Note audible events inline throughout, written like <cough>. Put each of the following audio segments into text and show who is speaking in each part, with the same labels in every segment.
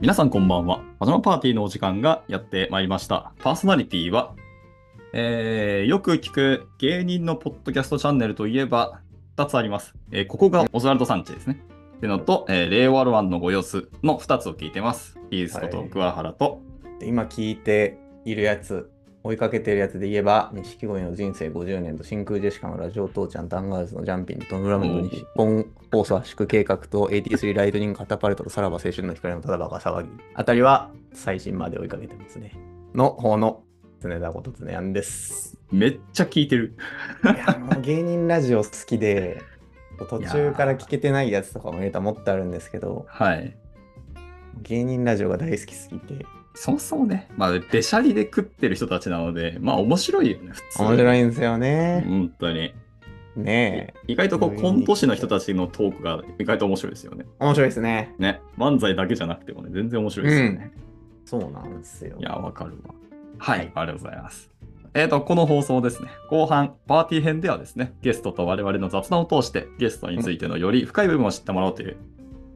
Speaker 1: 皆さんこんばんは。パジャマパーティーのお時間がやってまいりました。パーソナリティは、えーよく聞く芸人のポッドキャストチャンネルといえば2つあります。えーここがオズワルド・サンチェですね。ってのと、えー、令和ロマンのご様子の2つを聞いてます。イーストと桑原と、
Speaker 2: 今聞いているやつ、追いかけてるやつで言えば、錦鯉の人生50年と真空ジェシカのラジオ父ちゃん、ダンガールズのジャンピング、トム・ブラムの日本放送圧縮計画と AT3 ライトニングカタパルトとさらば青春の光のただバカ騒ぎあたりは最新まで追いかけてますね。の方の常田こと常やんです。
Speaker 1: めっちゃ聞いてる。
Speaker 2: いや、もう芸人ラジオ好きで、途中から聞けてないやつとかもネタもっとあるんですけど、
Speaker 1: はい。
Speaker 2: 芸人ラジオが大好きすぎて、
Speaker 1: そもそもね、まあ、べしゃりで食ってる人たちなので、まあ、面白いよね、普通に。
Speaker 2: 面
Speaker 1: い。
Speaker 2: 白いんですよね。
Speaker 1: 本当に。
Speaker 2: ねえ、
Speaker 1: 意外とこう、
Speaker 2: うん
Speaker 1: コント師の人たちのトークが意外と面白いですよね。
Speaker 2: 面白いですね。
Speaker 1: ね、漫才だけじゃなくてもね、全然面白いですよね。
Speaker 2: そうなんですよ。
Speaker 1: いや、わかるわ。はい、ありがとうございます。えっ、と、この放送ですね、後半、パーティー編ではですね、ゲストと我々の雑談を通して、ゲストについてのより深い部分を知ってもらおうという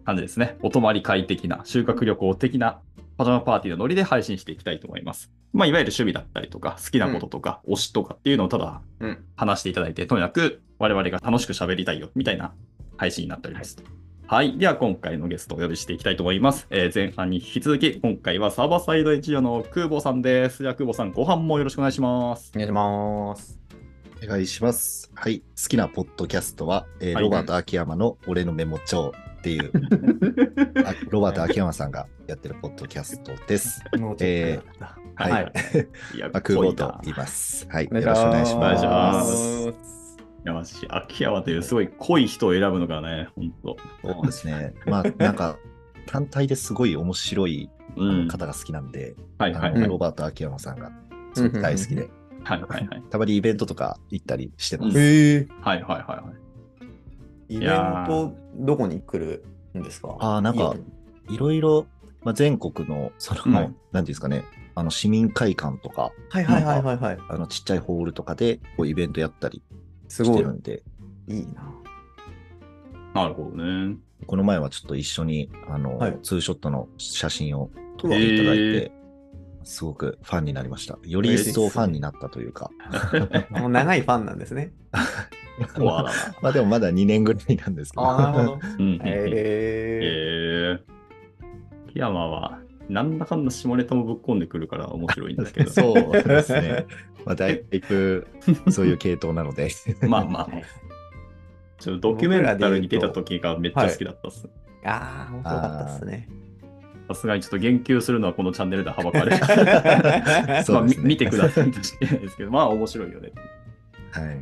Speaker 1: 感じですね。お泊まり会的な、修学旅行的な、パジャマパーティーのノリで配信していきたいと思います。まあ、いわゆる趣味だったりとか、好きなこととか、推しとかっていうのをただ
Speaker 2: うん。
Speaker 1: 話していただいて、とにかく我々が楽しく喋りたいよ、みたいな配信になっております。はい。では、今回のゲストをお呼びしていきたいと思います。えー前半に引き続き、今回はサーバーサイドエンジニアの空母さんです。じゃあ、空母さん、後半もよろしくお願いします
Speaker 2: お。願いします。
Speaker 3: お願いします。はい。好きなポッドキャストは、えー
Speaker 1: はい
Speaker 3: ロバート秋山の俺のメモ帳っていう、あロバート秋山さんがやってるポッドキャストです。
Speaker 2: もうちょっとだった。
Speaker 3: <laughs> はい。
Speaker 2: はい
Speaker 1: いや、
Speaker 3: あ、空母
Speaker 1: 濃
Speaker 3: と
Speaker 1: い
Speaker 3: 言います。はい。よ
Speaker 2: お願
Speaker 3: ろ
Speaker 2: い
Speaker 3: し
Speaker 2: し
Speaker 3: くお
Speaker 2: ます
Speaker 3: 願いします。
Speaker 1: お願な。いや、マジ、秋山というすごい濃い人を選ぶのがね、本当
Speaker 3: そうですね。まあ、なんか、単体ですごい面白い
Speaker 1: うん。
Speaker 3: 方が好きなんで、
Speaker 1: はいはい
Speaker 3: あ
Speaker 1: はい。
Speaker 3: のロバート秋山さんがすごく大好きで、
Speaker 1: はいはいはい。
Speaker 3: たまにイベントとか行ったりしてます。
Speaker 2: へえ。
Speaker 1: はいはいはい。
Speaker 2: イ
Speaker 1: い
Speaker 2: ベン
Speaker 1: やー
Speaker 2: ト、どこに来るんですか
Speaker 3: あーなんか
Speaker 2: イオン
Speaker 3: いろいろ、まあ、全国の、その、
Speaker 1: はい
Speaker 3: なんていうんですかね、あの市民会館とか、
Speaker 2: はいはいはいはいはい。
Speaker 3: あのちっちゃいホールとかでこうイベントやったり
Speaker 2: す
Speaker 3: し
Speaker 2: ご
Speaker 3: て
Speaker 2: い
Speaker 3: る。んで、
Speaker 2: いいな。
Speaker 1: なるほどね。
Speaker 3: この前はちょっと一緒にあの、
Speaker 2: はい
Speaker 3: ツーショットの写真を撮っていただいて、
Speaker 1: へ
Speaker 3: すごくファンになりました。より一層ファンになったというか、
Speaker 2: もう長いファンなんです
Speaker 3: <laughs>
Speaker 2: ね。
Speaker 1: コアだな。
Speaker 3: まあでもまだ2年ぐらいなんですけど、
Speaker 2: ああ、なるほ <laughs> ど。
Speaker 1: うんうんうん
Speaker 2: へえ。
Speaker 1: えー、木山は、なんだかんだ下ネタもぶっ込んでくるから面白いんですけど、
Speaker 3: <laughs> そうですね。まあだいぶそういう系統なので、
Speaker 1: まあまあ、ちょっとドキュメンタルに出た時がめっちゃ好きだったっす。
Speaker 2: ああ、面白かったですね。
Speaker 1: さすがにちょっと言及するのはこのチャンネルでは
Speaker 3: <laughs>
Speaker 1: ばかれる。
Speaker 2: <laughs>
Speaker 3: ー
Speaker 1: まあ、
Speaker 3: そうで
Speaker 1: み
Speaker 3: すね
Speaker 1: 見てくださいとしか言えないですけど、まあ面白いよね。
Speaker 3: はい、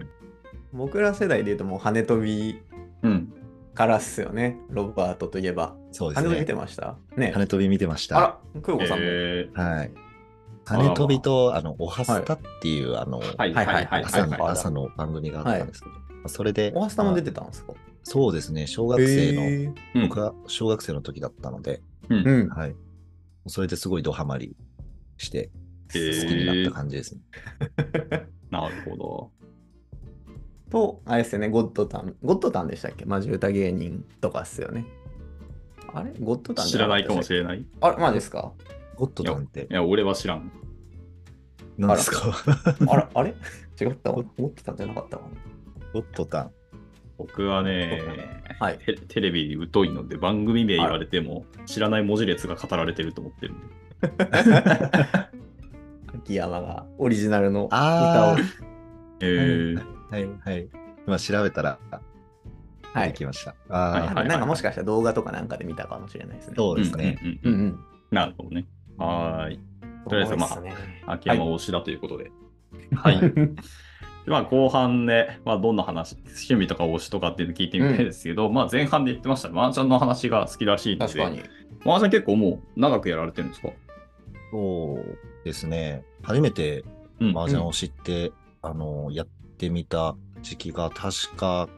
Speaker 2: 僕ら世代で言うともう羽飛び
Speaker 1: うん。
Speaker 2: からっすよね。ロバートといえば。
Speaker 3: そうで
Speaker 2: 羽
Speaker 3: す
Speaker 2: 飛び見て
Speaker 3: ね。
Speaker 2: ましたね。
Speaker 3: 羽飛び見てまし
Speaker 2: あ
Speaker 3: た。
Speaker 2: ら、クーゴさんも。
Speaker 1: え
Speaker 3: はい。
Speaker 1: あら
Speaker 3: 羽飛びと、あの、おはスタっていう、あの、
Speaker 1: ー、はいはいはいはい
Speaker 3: 朝
Speaker 1: はい。
Speaker 3: の朝の番組があったんですけど、それで、
Speaker 2: オハスタも出
Speaker 3: て
Speaker 2: てたんですか
Speaker 3: そうですね、小学生の、
Speaker 2: へー
Speaker 1: うん
Speaker 3: 僕は小学生の時だったので、
Speaker 1: うん
Speaker 2: うん。
Speaker 3: はい。それですごいドハマりして、
Speaker 1: へー
Speaker 3: 好きになった感じですね。
Speaker 1: なるほど。
Speaker 2: <laughs> と、あれですよね、ゴッドタン。ゴッドタンでしたっけマジ歌芸人とかっすよね。あれゴッドタン
Speaker 1: 知らないかもし
Speaker 2: ない。
Speaker 1: れない。い
Speaker 2: あれ、マジですか
Speaker 3: ゴッドタンって
Speaker 1: や、俺は知らん。
Speaker 3: 何ですか <laughs>
Speaker 2: あら、あれ違ったわ。ゴッドタンじゃなかったわ。
Speaker 3: ゴッドタン。
Speaker 1: 僕はね、
Speaker 2: はい。
Speaker 1: テテレビに疎いので番組名言われても知らない文字列が語られてると思ってるんで。
Speaker 2: 秋山がオリジナルの歌を
Speaker 3: あ。
Speaker 1: えー
Speaker 3: はいはい。今調べたら
Speaker 2: は
Speaker 3: 出て
Speaker 2: い。
Speaker 3: きました。
Speaker 1: はい
Speaker 3: ああ、
Speaker 1: はい
Speaker 2: なんかもしかしたら動画とかなんかで見たかもしれないですね。
Speaker 3: そうですね。。
Speaker 1: うん
Speaker 2: ん
Speaker 1: うんうん
Speaker 2: ん。
Speaker 1: なるほどね。はーい。とりあえずまあ
Speaker 2: 多いっすね
Speaker 1: 秋山推しだということで。 <laughs> はい。まあ後半で、まあ、どんな話、趣味とか推しとかっていうの聞いてみたいですけど、まあ前半で言ってましたマージャンの話が好きらしいので、
Speaker 2: 確かに。
Speaker 1: マージャン結構もう長くやられてるんですか
Speaker 3: そうですね。初めて
Speaker 1: うん。
Speaker 3: 麻雀を知って、あの、やってみた時期が確か、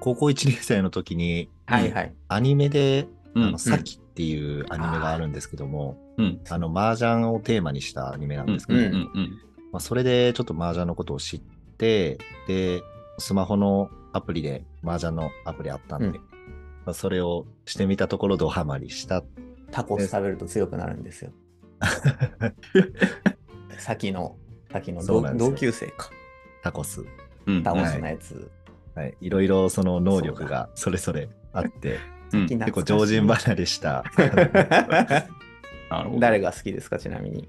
Speaker 3: 高校1年生の時に、
Speaker 2: はいはい。
Speaker 3: アニメで、
Speaker 1: う
Speaker 3: あ
Speaker 1: ん
Speaker 3: の、。サキっていうアニメがあるんですけども、
Speaker 1: うん。
Speaker 3: あの、麻雀をテーマにしたアニメなんですけ
Speaker 1: う
Speaker 3: ど、
Speaker 1: んうんうん。
Speaker 3: まあ、それでちょっと麻雀のことを知って、で、スマホのアプリで、麻雀のアプリあったんで、
Speaker 2: うん
Speaker 3: まあ、それをしてみたところ、ドハマりした
Speaker 2: タコス食べると強くなるんで
Speaker 1: <laughs>
Speaker 2: すよ。さっきの、さっきの
Speaker 3: そ
Speaker 2: 同
Speaker 3: うなんですよ
Speaker 2: 同級生か。
Speaker 3: タコス。
Speaker 1: うん
Speaker 2: タ
Speaker 1: はい
Speaker 2: コスのやつ。
Speaker 3: はい。いろいろその能力がそれぞれあって、
Speaker 1: うん
Speaker 2: 好きな
Speaker 3: 結構常人離れした。
Speaker 1: なるほど
Speaker 2: <laughs> 誰が好きですか、ちなみに。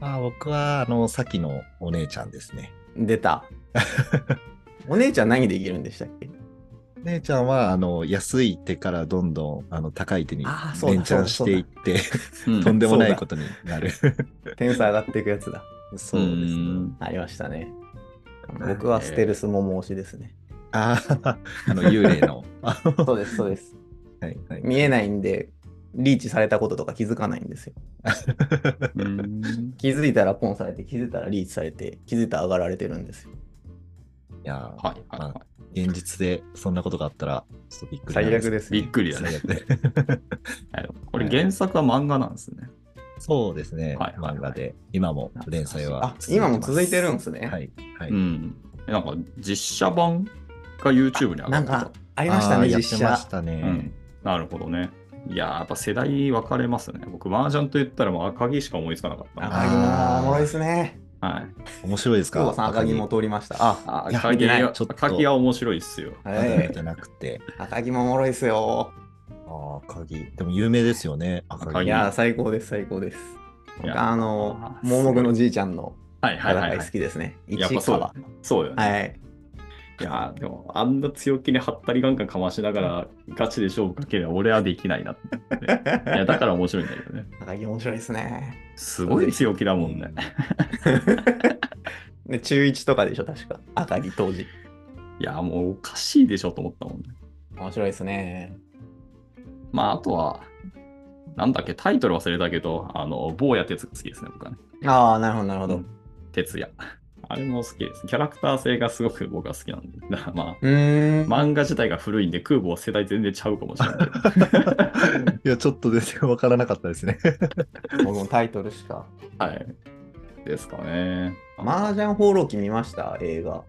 Speaker 3: まあ僕は、あの、さきのお姉ちゃんですね。
Speaker 2: 出た。
Speaker 3: <laughs>
Speaker 2: お姉ちゃん何できるんでしたっけ
Speaker 3: お姉ちゃんは、あの、安い手からどんどん、あの、高い手に
Speaker 2: あーそうだ
Speaker 3: 連チャンしていって、
Speaker 1: うん
Speaker 3: とんでもないことになる。
Speaker 2: 点数上がっていくやつだ。
Speaker 3: そうですね。
Speaker 2: ありましたね。僕はステルスモモ推しですね。
Speaker 3: ああ、 <laughs> あの、幽霊 <laughs> の。あの
Speaker 2: そうです、そうです。
Speaker 3: はい <laughs> はい
Speaker 2: 見えないんで、リーチされたこととか気づかないんですよ。
Speaker 1: うーん
Speaker 2: 気づいたらポンされて、気づいたらリーチされて、気づいたら上がられてるんですよ。
Speaker 3: いやー、
Speaker 1: はいはいは
Speaker 3: 現実でそんなことがあったら、ちょっとびっくり。
Speaker 2: 最悪ですす、
Speaker 1: い。びっくりだね。
Speaker 3: 最悪で
Speaker 1: はいこれ原作は漫画なんですね。
Speaker 3: <laughs> そうですね、
Speaker 1: はいはいはい
Speaker 3: 漫画で、今も連載は
Speaker 2: あ、今も続いてるん
Speaker 3: で
Speaker 2: ですね。
Speaker 3: すはい。はい
Speaker 1: うん。えなんか実写版が YouTube に上が
Speaker 2: な
Speaker 1: っ
Speaker 2: ん
Speaker 1: てた
Speaker 2: か。ありましたね、
Speaker 3: あーや
Speaker 2: 実
Speaker 3: ってまし
Speaker 2: 写。
Speaker 3: たね。
Speaker 1: うんなるほどね。いやー、やっぱ世代分かれますね。僕、麻雀と言ったらもう赤城しか思いつかなかったな。
Speaker 2: 赤城なー、おもろいですね。
Speaker 1: はい。
Speaker 3: 面白いですか
Speaker 2: 久保さん、赤城も通りました。あ、
Speaker 1: あ
Speaker 3: いや
Speaker 1: 赤
Speaker 3: 見て
Speaker 1: 城
Speaker 3: ない
Speaker 1: は
Speaker 3: ちょっと
Speaker 1: 赤城は面白いっすよ。
Speaker 3: まだ見
Speaker 2: え
Speaker 3: てなくて。
Speaker 2: え赤城もおもろいですよ。
Speaker 3: ああ、鍵。でも有名ですよね、赤
Speaker 1: 赤
Speaker 3: 鍵。
Speaker 2: い
Speaker 1: 城
Speaker 2: やー、最高です、最高です。
Speaker 1: いや
Speaker 2: あの
Speaker 1: あ、ー
Speaker 2: 盲目のじいちゃんの
Speaker 1: はいはいは
Speaker 2: 戦
Speaker 1: い、
Speaker 2: い
Speaker 1: は
Speaker 2: 好
Speaker 1: い。
Speaker 2: きですね。
Speaker 1: やっぱ
Speaker 2: 一
Speaker 1: そう
Speaker 2: 川
Speaker 1: だ。そうよね。
Speaker 2: はい。
Speaker 1: い、やー、でもあんな強気にはったりガンガンかましながらガチで勝負かければ俺はできないなって。いや、だから面白いんだけどね。
Speaker 2: 赤城面白いですね。
Speaker 1: すごい強気だもんね。
Speaker 2: で中1とかでしょ、確か。赤城当時。
Speaker 1: いや、もうおかしいでしょと思ったもんね。
Speaker 2: 面白いですね。
Speaker 1: まあ、あとは、なんだっけ、タイトル忘れたけど、あの、坊や哲が好きですね、僕はね。
Speaker 2: ああ、なるほど、なるほど。
Speaker 1: 哲也。あれも好きです。キャラクター性がすごく僕は好きなんで。だからま
Speaker 2: うー
Speaker 1: あ、
Speaker 2: ん。
Speaker 1: 漫画自体が古いんで、空母世代全然ちゃうかもしれ
Speaker 2: <laughs>
Speaker 1: ない。
Speaker 3: いや、ちょっと全然わからなかったですね。
Speaker 2: 僕もタイトルしか。
Speaker 1: はい。ですかね。
Speaker 2: 麻雀放浪記見ました、映画。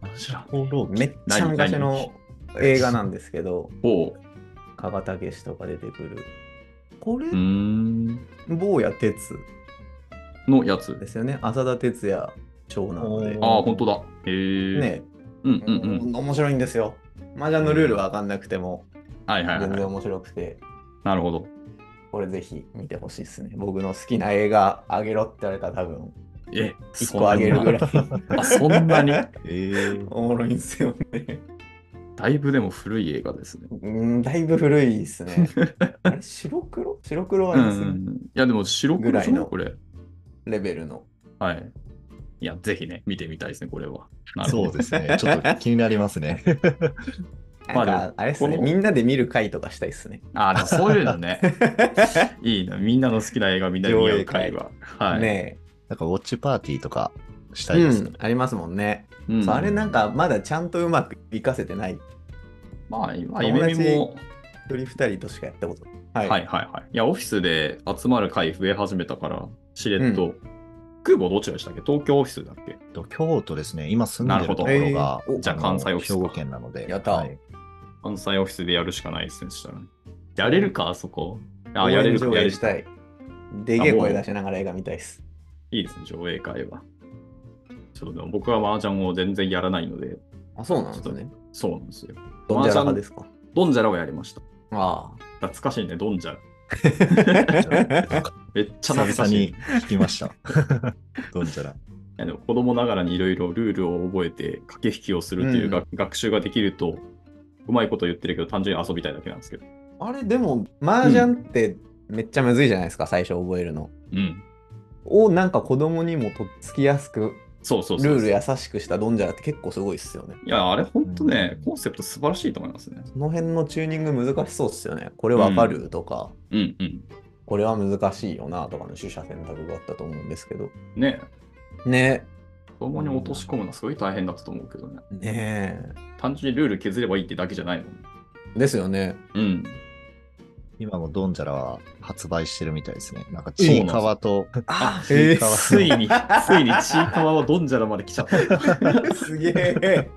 Speaker 1: あ、知らん。
Speaker 3: 放浪記
Speaker 2: めっちゃ昔の映画なんですけど、
Speaker 1: おう。
Speaker 2: 加賀武史とか出てくる。これ
Speaker 1: うー、ん。
Speaker 2: 坊や哲
Speaker 1: のやつ
Speaker 2: で。すよね。浅田哲也長男で。
Speaker 1: ああ、本当だ。へえ。。
Speaker 2: ね、
Speaker 1: うんうんうん。
Speaker 2: 面白いんですよ。麻雀のルールは分かんなくても、
Speaker 1: はいはい
Speaker 2: 全
Speaker 1: は
Speaker 2: 然
Speaker 1: い。
Speaker 2: 面白くて、
Speaker 1: なるほど。
Speaker 2: これぜひ見てほしいですね。僕の好きな映画あげろって言われたら多分、
Speaker 1: え、
Speaker 2: 1個あげるぐら
Speaker 1: い。
Speaker 2: い。
Speaker 1: あ、そんなに。 <laughs>
Speaker 3: えー
Speaker 2: おもろいんですよね。
Speaker 1: だいぶでも古い映画ですね。
Speaker 2: うん、だいぶ古いです
Speaker 1: <laughs>
Speaker 2: ね。あれ白黒白黒は
Speaker 1: う
Speaker 2: ですね、
Speaker 1: ん。いや、でも白黒
Speaker 2: ぐ
Speaker 1: で
Speaker 2: ら
Speaker 1: し
Speaker 2: い
Speaker 1: ょ
Speaker 2: の
Speaker 1: これ。
Speaker 2: レベルの。
Speaker 1: はい。いや、ぜひね、見てみたいですね、これは。なるほ
Speaker 3: そう
Speaker 1: ど。
Speaker 3: ですね。ちょっと気になりますね。
Speaker 1: まあ
Speaker 2: なん
Speaker 1: でも
Speaker 2: か、あれですね、
Speaker 1: この
Speaker 2: みんなで見る回とかしたいですね。
Speaker 1: ああ、でもそういうの
Speaker 2: <laughs>
Speaker 1: ね。いいな。みんなの好きな映画、みんなで見よう会は。はい。
Speaker 2: ね
Speaker 3: なんかウォッチパーティーとかし
Speaker 2: え、
Speaker 3: たいです
Speaker 2: う
Speaker 3: ね
Speaker 2: ん。ありますもんね。
Speaker 1: うん
Speaker 2: そうあれなんか、まだちゃんとうまくいかせてない。
Speaker 1: まあ、今、
Speaker 2: 友
Speaker 1: 夢
Speaker 2: 達
Speaker 1: 見も、
Speaker 2: 一人二人としかやったことない。
Speaker 1: はいはいはい。いや、オフィスで集まる会増え始めたから、しれっと。空母どちらでしたっけ東京オフィスだっけ
Speaker 3: と京都ですね。今住んでるとこ
Speaker 1: な
Speaker 3: ろ
Speaker 2: るほ
Speaker 3: が
Speaker 2: どえー、お
Speaker 1: じゃあ
Speaker 3: の
Speaker 1: 関西オフィス
Speaker 3: 兵
Speaker 1: か
Speaker 3: 庫県なので。
Speaker 2: やった
Speaker 3: はい
Speaker 1: 関西オフィスでやるしかないですね、そしたらね。やれるか、あそこ。あ、や
Speaker 2: 応
Speaker 1: れ
Speaker 2: 援
Speaker 1: るか、
Speaker 2: 上
Speaker 1: やれ
Speaker 2: 映
Speaker 1: る
Speaker 2: し
Speaker 1: か。
Speaker 2: たい。でげえ声出しながら映画見たいです。
Speaker 1: いいですね、上映会は。ちょっとでも僕は麻雀を全然やらないので、
Speaker 2: あ、そうなんですね。
Speaker 1: そうなんですよ。
Speaker 2: どんじゃら派ですか。
Speaker 1: ドンジャラをやりました。
Speaker 2: あ
Speaker 1: 懐かしいね、ドンジャラ。
Speaker 3: なん
Speaker 2: あ。
Speaker 3: か
Speaker 1: めっちゃ懐
Speaker 3: 久
Speaker 1: か
Speaker 3: 々
Speaker 1: しい。
Speaker 3: に聞きました。 <laughs> どんじゃら。
Speaker 1: いやでも子供ながらにいろいろルールを覚えて駆け引きをするというが、学習ができるとうまいこと言ってるけど単純に遊びたいだけなんですけど。
Speaker 2: あれ、でも、麻雀ってめっちゃむずいじゃないですか、最初覚えるの。
Speaker 1: うん。
Speaker 2: をなんか子供にもとっつきやすく
Speaker 1: そうそうそう
Speaker 2: ルール優しくしたドンジャラって結構すごいっすよね。
Speaker 1: いや、あれ本当ね、
Speaker 3: うん
Speaker 1: コンセプト素晴らしいと思いますね。
Speaker 2: その辺のチューニング難しそうっすよね。これわかるとか、
Speaker 1: うんうん。
Speaker 2: これは難しいよなとかの取捨選択があったと思うんですけど。
Speaker 1: ね
Speaker 2: ね
Speaker 1: 子供に落とし込むのはすごい大変だったと思うけどね。
Speaker 2: ね
Speaker 1: 単純にルール削ればいいってだけじゃないもん。
Speaker 2: え。ですよね。
Speaker 1: うん。
Speaker 3: 今もドンジャラは発売してるみたいですね。なんかちいかわと、
Speaker 2: あ
Speaker 3: ちいかわ
Speaker 1: ついに、ついにちいかわはドンジャラまで来ちゃった。
Speaker 2: <laughs> すげえ。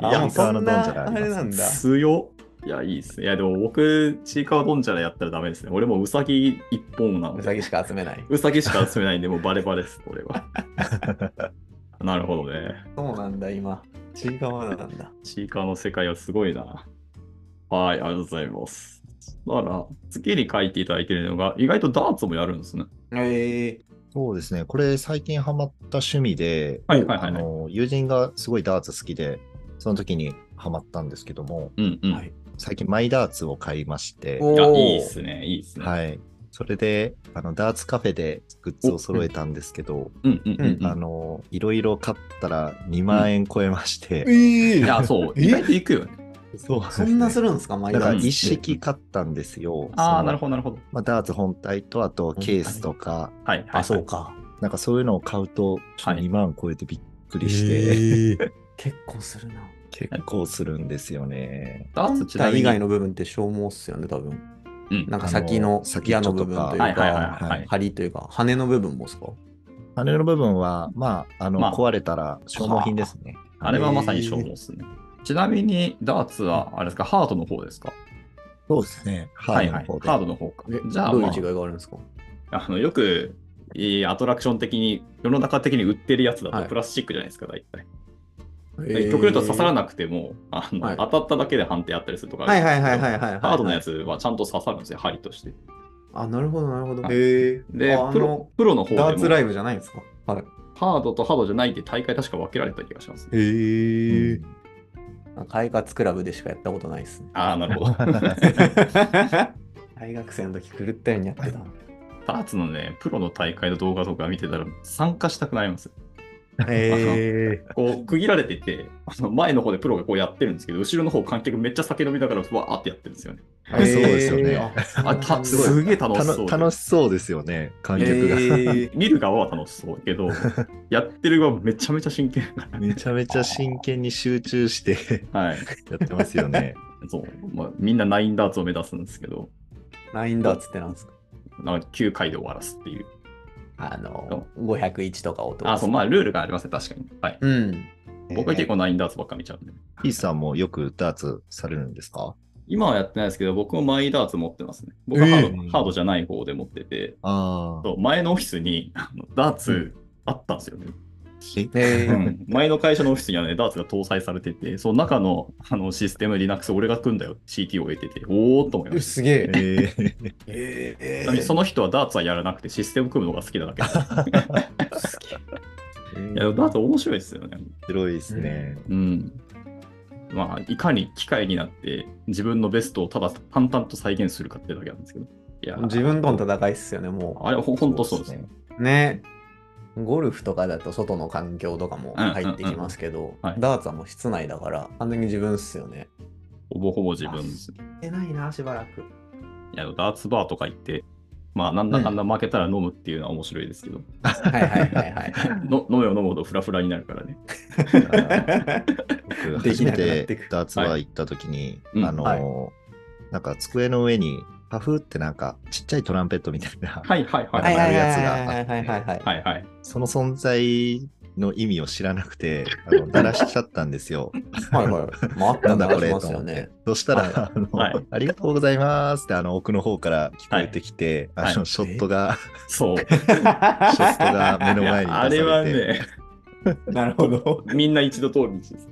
Speaker 3: ヤンカーのドンジャラ
Speaker 2: あ
Speaker 3: あり
Speaker 2: れ
Speaker 3: ま
Speaker 2: なんだ。
Speaker 1: 強っ。いや、いいですね。いや、でも僕、ちいかわどんちゃらやったらダメですね。俺もうさぎ一本なの
Speaker 2: うさ
Speaker 1: で、
Speaker 2: ぎしか集めない。
Speaker 1: うさぎしか集めないんで、もうバレバレです、これ <laughs> は。なるほどね。
Speaker 2: そうなんだ、今。ちいかわなんだ。
Speaker 1: ちいかわの世界はすごいな。はい、ありがとうございます。だから、次に書いていただいているのが、意外とダーツもやるんですね。
Speaker 2: ええ
Speaker 3: そうですね。これ最近ハマった趣味で、
Speaker 1: はいはいは
Speaker 3: あ
Speaker 1: いはい。
Speaker 3: の友人がすごいダーツ好きで、その時にハマったんですけども、
Speaker 1: うんうん。
Speaker 2: はい
Speaker 1: い、
Speaker 3: 最近マイダーツを買いまして、
Speaker 2: お
Speaker 1: や、
Speaker 2: ー
Speaker 1: いいですね、いいですね。
Speaker 3: はい。それで、あのダーツカフェでグッズを揃えたんですけど、
Speaker 1: うんうんうん、うん
Speaker 3: あの、いろいろ買ったら2万円超えまして、
Speaker 2: え
Speaker 1: いや、そう、
Speaker 2: え
Speaker 1: 意外といくよね。
Speaker 3: そうです
Speaker 2: そ
Speaker 3: ね
Speaker 2: んなするんですか、毎
Speaker 3: だから
Speaker 1: うん
Speaker 3: 一式買ったんですよ。
Speaker 1: あ
Speaker 3: そ
Speaker 1: あ、
Speaker 3: の
Speaker 1: なるほど、なるほど。
Speaker 3: まあ、ダーツ本体と、あとケースとか、
Speaker 1: はい、はいはい。
Speaker 2: あ、そうか。
Speaker 3: なんかそういうのを買うと、ちょっと
Speaker 1: はい
Speaker 3: 2万超えてびっくりして、
Speaker 2: ええ結構するな。
Speaker 3: 結構するんですよね。
Speaker 1: ダーツちなみ
Speaker 2: 体
Speaker 1: に
Speaker 2: 以外の部分って消耗っすよね、多分。
Speaker 1: うん
Speaker 2: なんか先の
Speaker 3: あ先
Speaker 2: 矢
Speaker 3: っち
Speaker 2: の
Speaker 3: ょ
Speaker 2: 部
Speaker 3: と
Speaker 2: 分
Speaker 3: か
Speaker 2: という
Speaker 1: はいはいは
Speaker 2: か、
Speaker 1: い、はい。
Speaker 2: 針というか、羽の部分もっすか
Speaker 3: 羽の部分は、まあ、あの、
Speaker 1: まあ
Speaker 3: 壊れたら消耗品ですね。
Speaker 1: あれはまさに消耗ですね。ちなみに、ダーツは、あれですか、ハートの方ですか
Speaker 3: そうですね。ハ
Speaker 1: は
Speaker 3: ー
Speaker 1: い
Speaker 3: ド
Speaker 1: はい
Speaker 3: の方。で。
Speaker 1: ハードの方か
Speaker 2: え。
Speaker 1: じゃあ、
Speaker 2: どうい
Speaker 1: ま
Speaker 2: う違いがあるんですか
Speaker 1: あ、あのよく、いいアトラクション的に、世の中的に売ってるやつだ
Speaker 2: は
Speaker 1: と
Speaker 2: い
Speaker 1: プラスチックじゃないですか、大体。
Speaker 2: ええ
Speaker 1: 極力刺さらなくても、あの
Speaker 2: はい
Speaker 1: 当たっただけで判定あったりするとかある
Speaker 2: は
Speaker 1: ん
Speaker 2: い
Speaker 1: で
Speaker 2: は
Speaker 1: すけ
Speaker 2: い
Speaker 1: ど
Speaker 2: はいはいはい。
Speaker 1: ハードのやつはちゃんと刺さるんですよ、針として。
Speaker 2: あ、なるほどなるほど。
Speaker 1: はい
Speaker 2: へえ。
Speaker 1: で
Speaker 2: あ、あ
Speaker 1: プ
Speaker 2: の
Speaker 1: ロ、プロの方でも
Speaker 2: ダーツライブじゃないんですかはい。
Speaker 1: ハードとハードじゃないって大会確か分けられた気がします、ね。。
Speaker 2: へ
Speaker 3: う。ん
Speaker 2: 快活クラブでしかやったことないですね <laughs>
Speaker 1: ああ、なるほど。
Speaker 2: 大学生の時狂ったようにやってたの。
Speaker 1: ダーツのね、プロの大会の動画とか見てたら参加したくなります。
Speaker 2: <laughs> へ
Speaker 1: こう区切られてて、あの前の方でプロがこうやってるんですけど、後ろの方観客めっちゃ酒飲みながらわーってやってるんですよね。
Speaker 3: あそうですよね。
Speaker 1: あた
Speaker 2: す
Speaker 1: す
Speaker 2: ごい
Speaker 1: げえ楽しそう
Speaker 3: 楽
Speaker 1: で。
Speaker 3: 楽しそうですよね、観
Speaker 2: え
Speaker 3: 客が。
Speaker 2: ー
Speaker 1: 見る側は楽しそうだ <laughs> けど、やってる側めちゃめちゃ真剣。
Speaker 3: <laughs> めちゃめちゃ真剣に集中して <laughs>
Speaker 1: はい。
Speaker 3: やってますよね。
Speaker 1: そうまあ、みんなナインダーツを目指すんですけど、
Speaker 2: ナインダーツってなんですか
Speaker 1: なんか9回で終わらすっていう。
Speaker 2: あの、501とかを通す
Speaker 1: あ、そう、まあルールがありますね、確かに。はい。
Speaker 2: うん。
Speaker 1: 僕は結構ナインダーツばっか見ちゃうんで。
Speaker 3: ピースさんもよくダーツされるんですか
Speaker 1: 今はやってないですけど、僕もマイダーツ持ってますね。僕はハード,、
Speaker 3: ええ
Speaker 1: ハードじゃない方で持ってて、
Speaker 3: ああ。
Speaker 1: そう前のオフィスにあのダーツあったんですよね。
Speaker 3: え
Speaker 2: え
Speaker 1: う
Speaker 2: ー
Speaker 1: ん前の会社のオフィスにはね、ダーツが搭載されてて、その中のあのシステム、Linux 俺が組んだよ、CT を得てて、おおっと思いました。
Speaker 2: すげえ。
Speaker 3: えー
Speaker 2: え
Speaker 1: ち
Speaker 2: え
Speaker 1: なみにその人はダーツはやらなくてシステム組むのが好きなだけです。いやでもダーツ面白いですよね。
Speaker 3: 面白いですね。
Speaker 1: うん。まあ、いかに機械になって自分のベストをただ淡々と再現するかっていうだけなんですけど。いや、
Speaker 2: 自分との戦いっすよね、も
Speaker 1: あれほ、ほんとそうですね。。
Speaker 2: う。ね。ゴルフとかだと外の環境とかも入ってきますけど、
Speaker 1: うんうんはい
Speaker 2: ダーツはもう室内だから、完全に自分っすよね。
Speaker 1: ほぼほぼ自分です。
Speaker 2: えないな、しばらく。
Speaker 1: いや、ダーツバーとか行って、まあ、なんだかんだ負けたら飲むっていうのは面白いですけど、
Speaker 2: はいはいはい <laughs> はい。
Speaker 1: の飲めば飲むほどフラフラになるからね。 <laughs>
Speaker 3: 僕
Speaker 2: で
Speaker 3: 初
Speaker 2: きな
Speaker 3: め
Speaker 2: くなって
Speaker 3: て
Speaker 2: く
Speaker 3: ダーツバー行った時に、
Speaker 1: はい
Speaker 3: あの
Speaker 2: は
Speaker 3: なんか机の上にパフってなんかちっちゃいトランペットみたいな、
Speaker 1: はいはいは。
Speaker 3: はいい
Speaker 1: は
Speaker 3: はい
Speaker 2: はい
Speaker 3: い
Speaker 2: はいはいはい。
Speaker 1: はいはい。
Speaker 3: その存在の意味を知らなくて、あ
Speaker 1: <laughs>
Speaker 3: の鳴らしちゃったんですよ。
Speaker 2: はいはい。まあ、あった
Speaker 3: なん
Speaker 2: ん
Speaker 3: だ
Speaker 2: だ
Speaker 3: こ
Speaker 2: し
Speaker 3: れ
Speaker 2: ます
Speaker 3: と
Speaker 2: よ
Speaker 3: 思って
Speaker 2: ね。。
Speaker 3: そしたら、
Speaker 2: は
Speaker 3: あの
Speaker 1: はい
Speaker 3: ありがとうございますって、あの、奥の方から聞こえてきて、
Speaker 1: はい
Speaker 3: あの、
Speaker 1: はい
Speaker 3: ショットが、
Speaker 2: <laughs>
Speaker 1: そう。
Speaker 3: ショットが目の
Speaker 1: いや
Speaker 3: 前に出さ
Speaker 1: あ
Speaker 3: れて。
Speaker 1: れはね、
Speaker 2: なるほど。
Speaker 1: みんな一度通り道です。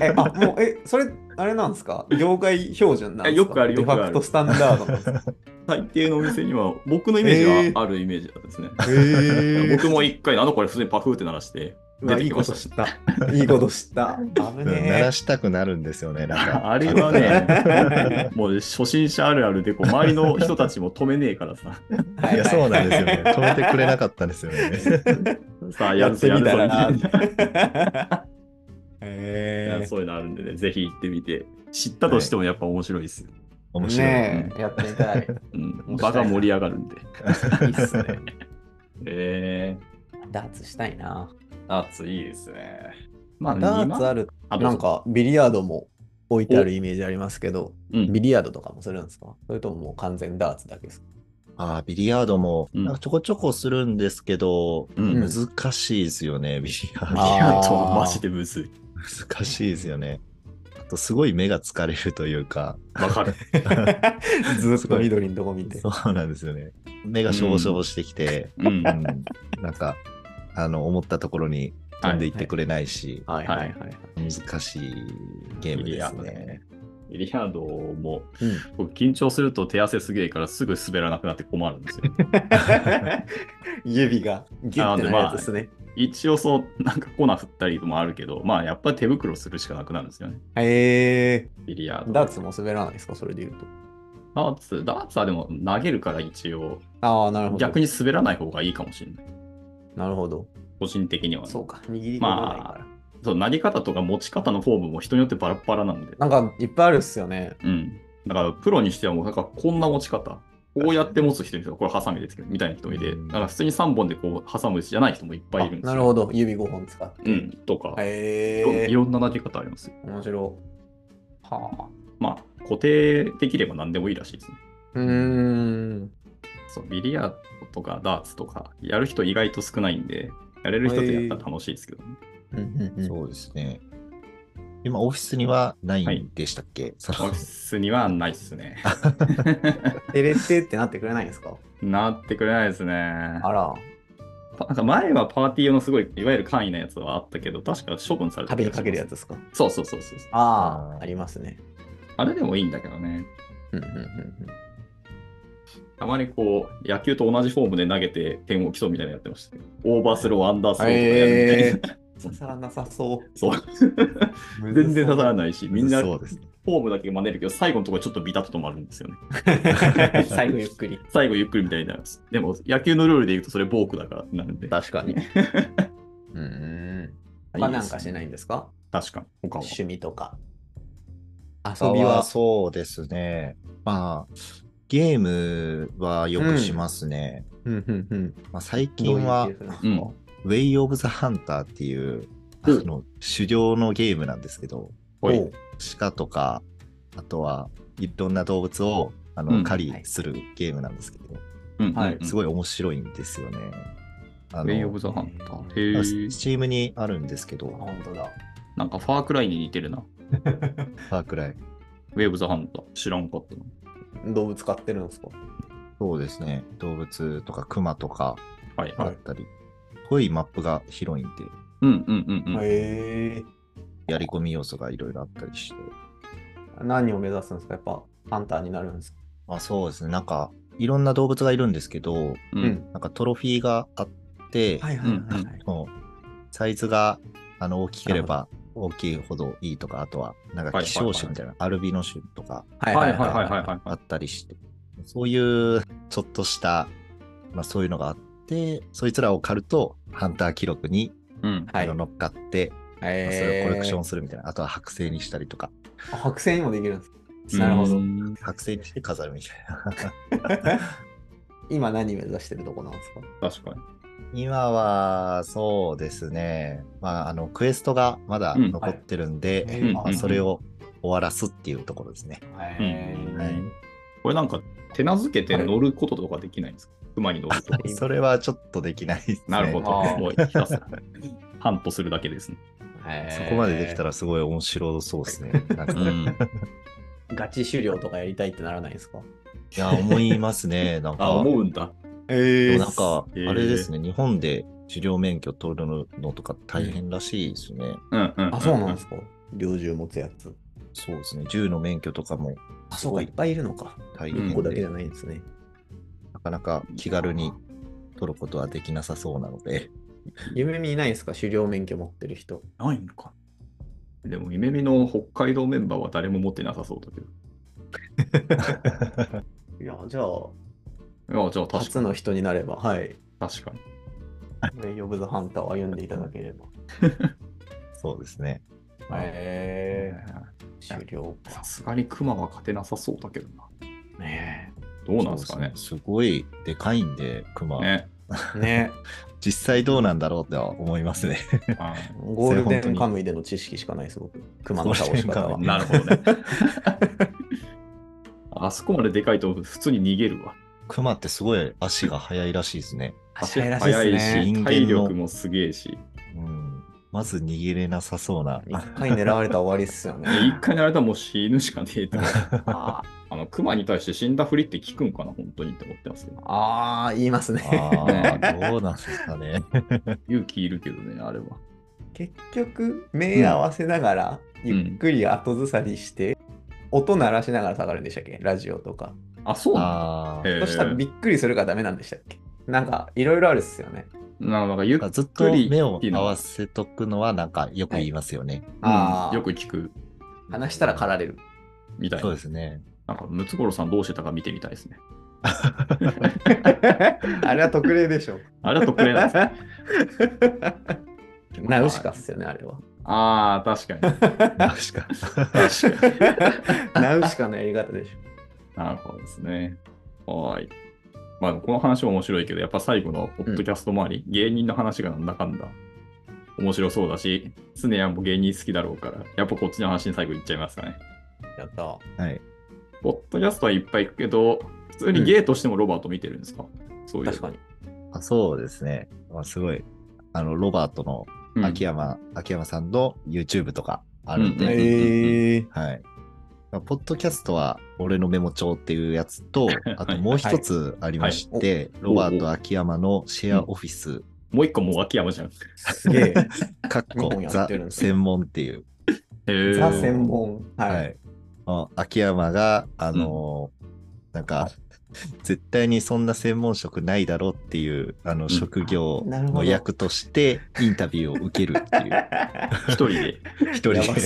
Speaker 2: <laughs> え、あ、もう、え、それ、あれなんですか業界標準なんですか
Speaker 1: えよくあるよくある
Speaker 2: デファクトスタンダードなんですか
Speaker 1: 大抵のお店には、僕のイメージはあるイメージなんですね。僕も一回、あの子は普通にパフーって鳴らして、
Speaker 2: うわ
Speaker 1: 出て
Speaker 2: いい
Speaker 1: きま
Speaker 2: こ
Speaker 1: し
Speaker 2: と
Speaker 1: た
Speaker 2: 知った。いいこと知った。危
Speaker 3: うん
Speaker 2: ね
Speaker 3: 鳴
Speaker 2: え
Speaker 3: ら。したくなるんですよね、なん
Speaker 1: <laughs>
Speaker 3: か。
Speaker 1: あれはね、もう初心者あるあるでこう、周りの人たちも止めねえから
Speaker 2: <laughs>
Speaker 1: さ、
Speaker 2: はい
Speaker 3: や、そうなんですよね。止めてくれな
Speaker 2: っ
Speaker 3: かったんです
Speaker 2: <laughs>
Speaker 3: よね。
Speaker 1: さあ、
Speaker 2: や
Speaker 1: やる
Speaker 2: っ
Speaker 1: ぞ、
Speaker 2: て
Speaker 1: や
Speaker 2: み
Speaker 1: るぞ
Speaker 2: たら
Speaker 1: みた
Speaker 2: ない
Speaker 1: な。。い
Speaker 2: え
Speaker 1: やそういうのあるんでね、ぜひ行ってみて、知ったとしてもやっぱ面白いですよ。
Speaker 3: 面白い。
Speaker 2: ねえ、やってみたい。
Speaker 1: うん、場が盛り上がるんで。
Speaker 2: いいっすね。
Speaker 1: え
Speaker 2: ダーツしたいな。
Speaker 1: ー、ダーツいいですね。まあ、
Speaker 2: ダーツあ
Speaker 1: る。
Speaker 2: る。
Speaker 1: あ
Speaker 2: なん、か、ビリヤードも置いてあるイメージありますけど、
Speaker 1: どうぞ
Speaker 2: ビリヤードとかもするんですかそれとももう完全にダーツだけですか
Speaker 3: ああ、ビリヤードも、
Speaker 1: うん
Speaker 3: なんかちょこちょこするんですけど、
Speaker 1: うん。うん。
Speaker 2: うん
Speaker 1: ビ
Speaker 3: 難しいですよね、ビリヤード。
Speaker 2: あ
Speaker 1: リヤードマジでむずい。
Speaker 3: 難しいですよね。とすごい目が疲れるというか、
Speaker 1: わかる。
Speaker 2: ずっと緑のとこ見て。
Speaker 3: そうなんですよね。目がしょぼしょぼしてきて、
Speaker 1: <laughs> うん
Speaker 3: う。んなんか、あの、思ったところに飛んでいってくれないし、
Speaker 2: はいはいはい。
Speaker 3: 難しいゲームですね。
Speaker 1: イリアードも
Speaker 2: うん
Speaker 1: 僕緊張すると手汗すげえからすぐ滑らなくなって困るんですよ。
Speaker 2: <laughs> 指がギュッてなるやつですね。
Speaker 1: 一応そう、なんか粉振ったりもあるけど、まあやっぱり手袋するしかなくなるんですよね。
Speaker 2: へえ
Speaker 1: ビリヤー
Speaker 2: ー。
Speaker 1: ド。
Speaker 2: ダーツも滑らないですかそれで言うと。
Speaker 1: ダーツ、ダーツはでも投げるから一応、
Speaker 2: ああ、なるほど。
Speaker 1: 逆に滑らない方がいいかもしれない。
Speaker 2: なるほど。
Speaker 1: 個人的にはね、
Speaker 2: そうか。握り込まないから。
Speaker 1: まあ、そう投げ方とか持ち方のフォームも人によってバラッバラなんで。
Speaker 2: なんかいっぱいあるっすよね。
Speaker 1: うん。だからプロにしてはもうなんかこんな持ち方。こうやって持つ人にこれハサミですけど、みたいな人もいて、
Speaker 3: うん
Speaker 1: なんか普通に3本でこう挟むじゃない人もいっぱいいるんですよ。
Speaker 2: なるほど。指5本使って。
Speaker 1: うん。とか、い
Speaker 2: へ
Speaker 1: ろ
Speaker 2: え
Speaker 1: い
Speaker 2: ー。
Speaker 1: ろんな投げ方ありますよ。
Speaker 2: 面白い。はあ。
Speaker 1: まあ、固定できれば何でもいいらしいですね。
Speaker 2: うーん。
Speaker 1: そうビリヤードとかダーツとか、やる人意外と少ないんで、やれる人とやったら楽しいですけどね。
Speaker 2: うんうんうん
Speaker 3: そうですね。今、オフィスにはないんでしたっけ、そ
Speaker 1: オ
Speaker 3: の
Speaker 1: フィスにはないっす
Speaker 2: <laughs>
Speaker 1: ね。
Speaker 2: 照れてってなってくれないんですか
Speaker 1: なってくれないですね。
Speaker 2: あら、
Speaker 1: パなんか前はパーティー用のすごい、いわゆる簡易なやつはあったけど、確か処分された気がし
Speaker 2: 壁に
Speaker 1: ます
Speaker 2: かけるやつ。ですか
Speaker 1: そうそうそうそう。
Speaker 2: あ
Speaker 3: あー
Speaker 2: あ、ありますね。
Speaker 1: あれでもいいんだけどね。
Speaker 2: うんうんうん
Speaker 1: たまにこう、野球と同じフォームで投げて点を競うみたいなのやってましたね。オーバースロー、アンダースローとかやるみたいな。
Speaker 2: ええー、刺さらなさそ
Speaker 1: そう。
Speaker 2: う。
Speaker 1: 全然刺さら
Speaker 2: い。
Speaker 1: ないし、みんなフ
Speaker 3: そ
Speaker 1: ォ
Speaker 3: うですね。
Speaker 1: ームだけ真似るけど、最後のところちょっとビタッと止まるんですよね。
Speaker 2: <laughs> 最後ゆっくり。
Speaker 1: 最後ゆっくりみたいになるんです。でも、野球のルールで言うとそれボークだからなんで。
Speaker 2: 確か <laughs> に。うん。他なんかしないんですか
Speaker 1: 確かに。他は。
Speaker 2: 趣味とか。
Speaker 3: 遊
Speaker 2: 遊
Speaker 3: び
Speaker 2: び
Speaker 3: は
Speaker 2: は。
Speaker 3: そうですね。まあ、ゲームはよくしますね。
Speaker 2: うんうんうん。
Speaker 3: まあ、最近は
Speaker 2: どういう、系なんです
Speaker 1: う
Speaker 2: か
Speaker 1: ん
Speaker 3: ウェイ・オブ・ザ・ハンターっていう、あ
Speaker 1: うん
Speaker 3: の、狩猟のゲームなんですけど、
Speaker 1: ほい
Speaker 2: おう
Speaker 3: 鹿とか、あとはいろんな動物をあの、
Speaker 1: うん
Speaker 3: 狩りするゲームなんですけど、
Speaker 1: うん
Speaker 2: はい
Speaker 1: うんうん
Speaker 3: すごい面白いんですよね。あ
Speaker 1: ウェイオブ
Speaker 3: の、
Speaker 1: ザハンター。
Speaker 3: あ
Speaker 1: へえ
Speaker 3: ス。チームにあるんですけ
Speaker 2: あ
Speaker 3: ど、
Speaker 2: 本当だ。 <laughs>
Speaker 1: なんかファークライに似てるな。
Speaker 3: パークライ。
Speaker 1: ウェイオブザハンター。知らんかったな。
Speaker 2: 動物飼ってるんですか
Speaker 3: そうですね。動物とか熊とか
Speaker 1: はい。
Speaker 3: だったり、すごいマップが広いんで、
Speaker 1: うんうんうんうん。
Speaker 2: へえ
Speaker 3: やり込み要素がいろいろあったりして、
Speaker 2: 何を目指すんですかやっぱハンターになるんですか
Speaker 3: まあそうですね。なんか、いろんな動物がいるんですけど、
Speaker 1: う。。
Speaker 2: うん
Speaker 3: なんかトロフィーがあって、
Speaker 2: はい。
Speaker 1: はいはいはい
Speaker 3: もうサイズがあの大きければ大きいほどいいとか、あとはなんか希少種みたいな、アルビノ種とか
Speaker 2: はい
Speaker 1: は
Speaker 2: はいい
Speaker 1: はい
Speaker 2: は
Speaker 1: はい
Speaker 2: い。
Speaker 1: はいはい
Speaker 3: あったりして、そういうちょっとした、まあ、そういうのがあって、そいつらを狩るとハンター記録に
Speaker 1: うん。
Speaker 2: はい
Speaker 3: 乗っかって、まあそれをコレクションするみたいな、あとは剥製にしたりとか、
Speaker 2: あ白線にもできるんです
Speaker 1: うん
Speaker 2: なるほど
Speaker 1: うん
Speaker 3: 剥製にして飾るみたいな。 <laughs>
Speaker 2: 今何目指してるとこなんですか
Speaker 1: 確かに。
Speaker 3: 今はそうですね、まあ、あのクエストがまだ
Speaker 1: うん
Speaker 3: 残ってるんで、
Speaker 2: はい
Speaker 3: まあ
Speaker 1: うん
Speaker 3: それを終わらすっていうところですね。
Speaker 2: へー
Speaker 3: はい
Speaker 1: これなんか手なずけて乗ることとかできないんですか馬に乗るとか。
Speaker 3: それはちょっとできないですね。
Speaker 1: なるほど。
Speaker 2: あー
Speaker 1: もうひたすら。ハントするだけですね。
Speaker 3: そこまでできたらすごい面白そうですね。なんか
Speaker 1: う
Speaker 3: い
Speaker 1: ん。
Speaker 2: ガチ狩猟とかやりたいってならないですか
Speaker 3: や、思いますね。なん
Speaker 1: <laughs> あ、
Speaker 3: か、
Speaker 1: 思うんだ。
Speaker 2: え
Speaker 3: でもなんか、
Speaker 1: えー
Speaker 3: あれですね、日本で狩猟免許取るのとか大変らしいですね。
Speaker 1: うんうん。
Speaker 2: あ、そうなんですか猟銃持つやつ。
Speaker 3: そうですね、銃の免許とかも
Speaker 2: あ、そうか、いっぱいいるのか。
Speaker 3: 大
Speaker 1: うん
Speaker 3: 変
Speaker 2: 1個だけ
Speaker 3: で、
Speaker 2: じゃないんですね。
Speaker 3: なかなか気軽に取ることはできなさそうなので。
Speaker 2: 夢見ないですか狩猟免許持ってる人。
Speaker 1: ないのか。でも、夢見の北海道メンバーは誰も持ってなさそうだけ
Speaker 2: いや、じゃあ、
Speaker 1: ど。あじゃあ確
Speaker 2: 初
Speaker 1: かに。
Speaker 2: の人になれば、はい。
Speaker 1: 確かに。
Speaker 2: ウェイ・オブ・ザ・ハンターを歩んでいただければ。
Speaker 3: そうですね。
Speaker 2: へ
Speaker 1: え
Speaker 2: ー狩猟
Speaker 1: ーさすがに熊は勝てなさそうだけどな。
Speaker 2: ね
Speaker 1: どうなんですかね。
Speaker 3: そうですねすごいでかいんで、熊、
Speaker 1: ね。
Speaker 2: え。ね
Speaker 3: 実際どうなんだろうとは思いますね。 <laughs>
Speaker 1: あ
Speaker 2: え。ゴールデ
Speaker 3: それ本当
Speaker 2: ン
Speaker 3: に
Speaker 2: カムイでの知識しかないです、僕。熊の倒し方
Speaker 3: ゴールデンカ
Speaker 2: は
Speaker 3: ムイ。
Speaker 1: なるほどね。あそこまででかいと普通に逃げるわ。
Speaker 3: 熊ってすごい足が速いらしいですね。
Speaker 2: 足早いらしい
Speaker 1: 速
Speaker 2: で
Speaker 1: い
Speaker 2: すね。
Speaker 1: し、体力もすげえし。
Speaker 3: うん、まず逃げれなさそ
Speaker 1: <laughs>
Speaker 3: うな。
Speaker 2: 一回狙われたら終わりっすよね。
Speaker 1: で <laughs> 一回にあれたらもう死ぬしかねえって思う。
Speaker 2: あ
Speaker 1: あの、熊に対して死んだふりって聞くんかな、本当にって思ってますけど。
Speaker 2: あー、言いますね。
Speaker 3: ああ、どうなんですかね。
Speaker 1: 勇気いるけどね、あれは。
Speaker 2: 結局、目合わせながら、
Speaker 1: ん
Speaker 2: ゆっくり後ずさりして、音鳴らしながら下がるんでしたっけラジオとか。
Speaker 1: あ、そうなんだ。
Speaker 3: あ
Speaker 1: へえ
Speaker 2: そしたらびっくりするからダメなんでしたっけなんか、いろいろあるっすよね。
Speaker 1: なんかなんかゆっ
Speaker 3: あ。ずっ
Speaker 1: く
Speaker 3: と
Speaker 1: り
Speaker 3: 目を
Speaker 1: っていう
Speaker 3: 合
Speaker 1: のは
Speaker 3: わせとくのはなんかよく言いますよね。
Speaker 2: あ
Speaker 1: う
Speaker 2: ー
Speaker 1: んよく聞く
Speaker 2: 話したら駆られる。
Speaker 1: みたい
Speaker 3: そう
Speaker 1: な
Speaker 3: で。すね。
Speaker 1: なんか、ムツゴロウさんどうしてたか見てみたいですね。
Speaker 2: あれは特例でしょ。
Speaker 1: あれは特例
Speaker 2: <laughs>
Speaker 1: なんですね。
Speaker 2: ナウシカっすよね、あれは。
Speaker 1: ああ、確かに。
Speaker 3: 確か。
Speaker 1: 確かに。
Speaker 2: ナウシカのやり方でしょ。
Speaker 1: なるほどですね。はーい。まあ、この話も面白いけど、やっぱ最後のポッドキャスト周り、芸人の話がなんだかんだ面白そうだし、常やんも芸人好きだろうから、やっぱこっちの話に最後いっちゃいますかね。
Speaker 2: やった。
Speaker 3: <laughs> はい。
Speaker 1: ポッドキャストはいっぱい行くけど、普通にゲイとしてもロバート見てるんですか、そういう。
Speaker 2: 確かに。
Speaker 3: あそうですね。まあ、すごい。あの、ロバートの
Speaker 1: うん
Speaker 3: 秋山、秋山さんの YouTube とかあるん
Speaker 1: うん
Speaker 3: で、
Speaker 2: えー。
Speaker 3: はい。まあポッドキャストは、俺のメモ帳っていうやつと、あともう一つありまして、
Speaker 1: い
Speaker 3: ロバート秋山のシェアオフィス、
Speaker 1: もう一個もう秋山じ
Speaker 2: <laughs>
Speaker 1: ゃん。へ
Speaker 2: すげえ。
Speaker 3: かっこ
Speaker 2: 日本や
Speaker 3: ザ
Speaker 2: ってるんですね
Speaker 3: 専門っていう、
Speaker 1: <laughs> ー
Speaker 2: ザ専門。
Speaker 3: は
Speaker 2: はい。
Speaker 3: い。あ秋山が、あのーなんか、絶対にそんな専門職ないだろうっていう、あの、
Speaker 1: ん
Speaker 3: 職業
Speaker 2: なるほ
Speaker 3: の
Speaker 2: ど
Speaker 3: 役として、インタビューを受けるっていう、
Speaker 1: 一人で。
Speaker 3: 一人で
Speaker 2: やば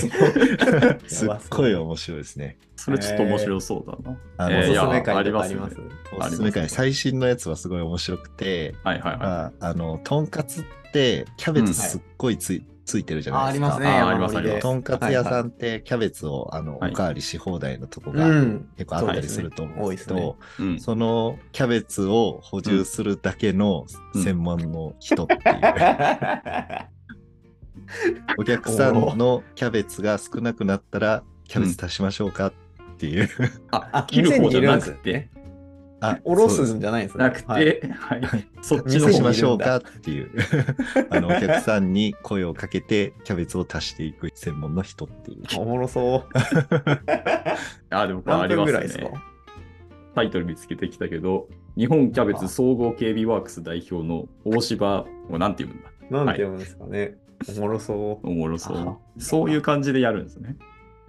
Speaker 3: <laughs>
Speaker 2: そう。
Speaker 3: すっごい面白いですね。
Speaker 1: それちょっと面白そうだな。
Speaker 3: あ
Speaker 1: え
Speaker 3: の
Speaker 1: ー
Speaker 2: おす
Speaker 1: い
Speaker 2: す
Speaker 1: や
Speaker 2: め会とか
Speaker 1: あ
Speaker 2: あ
Speaker 1: り
Speaker 2: り
Speaker 1: ま
Speaker 2: ますす
Speaker 1: ね
Speaker 3: おすすめ会、最新のやつはすごい面白くて、
Speaker 1: はいはいはい。
Speaker 3: まあ、あの、とんかつって、キャベツすっごいつい,、ついてるじゃないですか。
Speaker 2: あありますね
Speaker 1: ああります
Speaker 2: 山盛りで
Speaker 3: とんかつ屋さ
Speaker 2: は
Speaker 3: んって、キャベツをあの
Speaker 1: はい
Speaker 3: おかわりし放題のとこ
Speaker 2: いはい
Speaker 3: が
Speaker 2: うん。
Speaker 3: 結構あったりすると思うんですけど、
Speaker 2: そう
Speaker 1: うん
Speaker 3: そのキャベツを補充するだけの
Speaker 1: うん
Speaker 3: 専門の人っていう、お客さんのキャベツが少なくなったら、キャベツ足しましょうかっていう。
Speaker 1: あ
Speaker 2: <laughs> あ、
Speaker 1: 切る方じゃなく
Speaker 2: 店にいるん
Speaker 1: て
Speaker 2: で、
Speaker 3: あ
Speaker 2: おろす
Speaker 3: そうです
Speaker 2: んじゃないんですね。
Speaker 1: なく
Speaker 2: はい。
Speaker 1: て、はい、そっち
Speaker 3: 見
Speaker 1: の
Speaker 3: せ
Speaker 1: 方
Speaker 3: しま
Speaker 1: に
Speaker 3: しょうかっていう <laughs> あのお客さんに声をかけてキャベツを足していく専門の人っていう
Speaker 2: おもろそう。
Speaker 1: あ、でもこれあ
Speaker 2: 何
Speaker 1: り
Speaker 2: 分
Speaker 1: ま
Speaker 2: ぐらいですす
Speaker 1: ね
Speaker 2: か。
Speaker 1: タイトル見つけてきたけど、日本キャベツ総合警備ワークス代表の大柴、もうなんて言うんだ、
Speaker 2: なんて読むんですかね。おもろそ
Speaker 1: おもろそ
Speaker 2: あ
Speaker 1: う。そういう感じでやるんですね。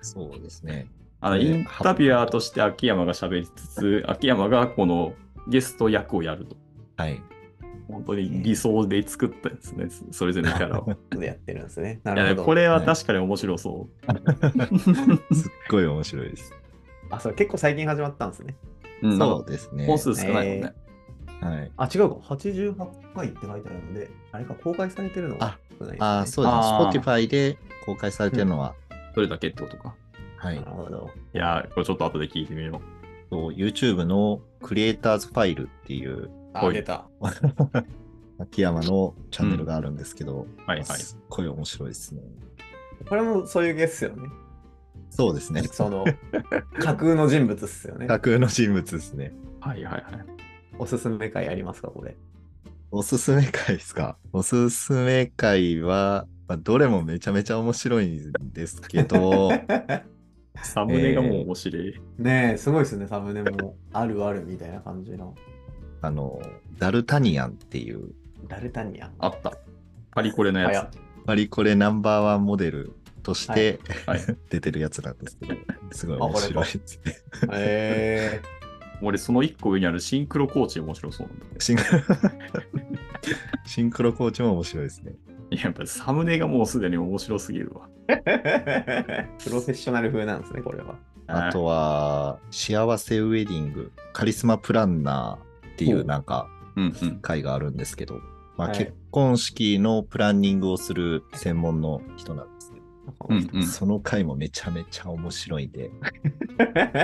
Speaker 3: そうですね
Speaker 1: あの、
Speaker 3: ね
Speaker 1: インタビュアーとして秋山が喋りつつ、秋山がこのゲスト役をやると。
Speaker 3: はい
Speaker 1: 本当に理想で作ったやつね、それぞれのキャ
Speaker 3: <laughs>
Speaker 1: ラを。
Speaker 2: う。でやってるんですね。ない
Speaker 1: や
Speaker 2: るほど。
Speaker 1: これは確かに面白そう。
Speaker 3: すっごい面白いです
Speaker 2: あ、そう、結構最近始まったんですね。
Speaker 1: うん、なん
Speaker 3: そ
Speaker 1: か
Speaker 3: うですね
Speaker 1: 本数少ないもんね。
Speaker 3: はい
Speaker 2: あ、違うか。88回って書いてあるので、あれか、公開されてるのは
Speaker 3: あ
Speaker 2: 少ないですね
Speaker 3: あーそうですね
Speaker 1: あー
Speaker 3: Spotify で公開されてるのは、
Speaker 1: どれだけってことか。
Speaker 3: はい
Speaker 2: なるほど。
Speaker 1: いやー、これちょっと後で聞いてみよう。
Speaker 3: そう YouTube のクリエイターズファイルっていう
Speaker 1: ほ
Speaker 2: あ、
Speaker 1: い
Speaker 2: 出た。
Speaker 3: 秋山のチャンネルがあるんですけど、
Speaker 1: はいはい。
Speaker 3: すっごい面白いですね
Speaker 2: これもそういうゲスよね。
Speaker 3: そうですね
Speaker 2: その、架空の人物っすよね。
Speaker 3: 架空の人物ですね
Speaker 1: はいはいはい。
Speaker 2: おすすめ会ありますか、こ <laughs> れ。
Speaker 3: おすすめ会ですかおすすめ会は、まあ、どれもめちゃめちゃ面白いんですけ <laughs> ど、
Speaker 1: サムネがもう面白い。
Speaker 2: ねえ、すごいですね、サムネも。あるあるみたいな感じの。
Speaker 3: あの、ダルタニアンっていう、
Speaker 2: ダルタニアン。
Speaker 1: あった。パリコレのや
Speaker 2: あ
Speaker 3: パリコレナンバーワンモデルとして、
Speaker 1: はいはい
Speaker 3: <laughs> 出てるやつなんですけど、すごい面白いですね。
Speaker 2: へえ
Speaker 1: つ。俺、その一個上にあるシンクロコーチ面白そうなんだけ
Speaker 3: シンクロ <laughs> シンクロコーチも面白いですね。
Speaker 1: ど。いややっぱりサムネがもうすでに面白すぎるわ。
Speaker 2: プロフェッショナル風なんですね、
Speaker 1: <laughs>
Speaker 2: これは。
Speaker 3: あとは、幸せウェディング、カリスマプランナーっていうなんか、
Speaker 1: うんうん。
Speaker 3: 会があるんですけど、まあ、
Speaker 2: はい
Speaker 3: 結婚式のプランニングをする専門の人なんですけど、
Speaker 1: うんうん
Speaker 3: その会もめちゃめちゃ面白いんで、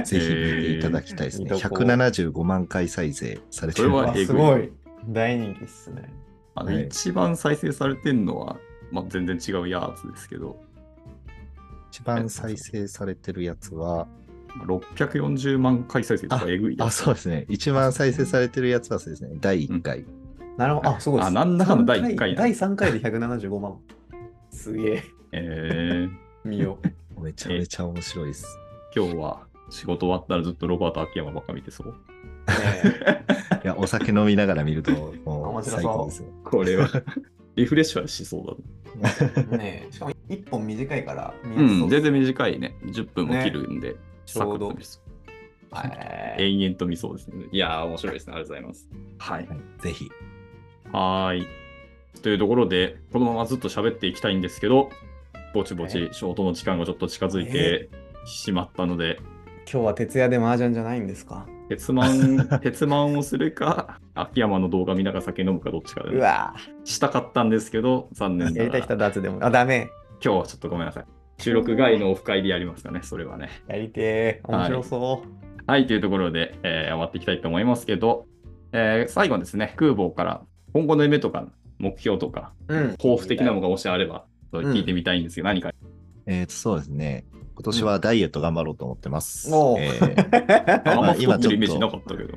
Speaker 3: ぜひ見ていただき
Speaker 1: <laughs>
Speaker 3: たいですね。
Speaker 2: へー
Speaker 3: 175万回再生されてる
Speaker 1: それ
Speaker 2: あ
Speaker 1: はえぐい
Speaker 2: すごい。大人気っすね。
Speaker 1: あの、
Speaker 3: はい
Speaker 1: 一番再生されてんのは、まあ、全然違うやつですけど、
Speaker 3: 一番再生されてるやつは、
Speaker 1: 640万回再生とかえぐいや
Speaker 3: あ、
Speaker 1: つ。
Speaker 3: そうですね。一番再生されてるやつはそうですね。第1回。
Speaker 2: なるほど。あ、すごいっす
Speaker 1: あなんだかんだ第一
Speaker 2: 三
Speaker 1: 回
Speaker 2: 第3回で175万。すげえ。
Speaker 1: えー、
Speaker 2: 見よ <laughs> う。
Speaker 3: めちゃめちゃ面白いです。
Speaker 1: 今日は仕事終わったらずっとロバート秋山ばっか見てそう。
Speaker 2: ね
Speaker 3: いや、お酒飲みながら見ると、も
Speaker 2: <laughs> 面白そう
Speaker 3: う最高ですよ。
Speaker 1: これは <laughs> リフレッシュはしそうだな。
Speaker 2: えねえしかも1本短いから見やす
Speaker 1: う
Speaker 2: そ
Speaker 1: ん、
Speaker 2: で
Speaker 1: 全
Speaker 2: す
Speaker 1: 然短いね。10分も切るんで、
Speaker 2: ちょうど
Speaker 1: サクッと見そう
Speaker 2: はい
Speaker 1: 延々と見そうですね。いやー、面白いですね。ありがとうございます。はい。
Speaker 3: はいぜひ。
Speaker 1: はーい。というところで、このままずっと喋っていきたいんですけど、ぼちぼち、ショートの時間がちょっと近づいてしまったので、
Speaker 2: 今日は徹夜で麻雀じゃないんですか
Speaker 1: 鉄マン、
Speaker 2: <laughs>
Speaker 1: 鉄マンをするか、秋山の動画見ながら酒飲むかどっちかで、
Speaker 2: うわ
Speaker 1: したかったんですけど、残念
Speaker 2: ぁや
Speaker 1: な
Speaker 2: り
Speaker 1: が
Speaker 2: たい
Speaker 1: ら、今
Speaker 2: 人はダーツでも。あ、ダメ。
Speaker 1: 日はちょっとごめんなさい。収録外のオフ会でやりますかね、それはね。
Speaker 2: やりてー。面白そ
Speaker 1: はい、というところで、えー終わっていきたいと思いますけど、えー最後にですね、空母から今後の夢とか目標とか、
Speaker 2: う。うん。
Speaker 1: 抱負的なものがもしあれば、
Speaker 2: ん
Speaker 1: 聞いてみたいんですけど、
Speaker 2: <laughs>
Speaker 1: 何か。
Speaker 3: えーと、そうですね。今年はダイエット頑張ろうと思ってます。
Speaker 2: おう
Speaker 3: えー <laughs>
Speaker 1: ああんま太
Speaker 3: 今
Speaker 1: ってるイメージなかったけど。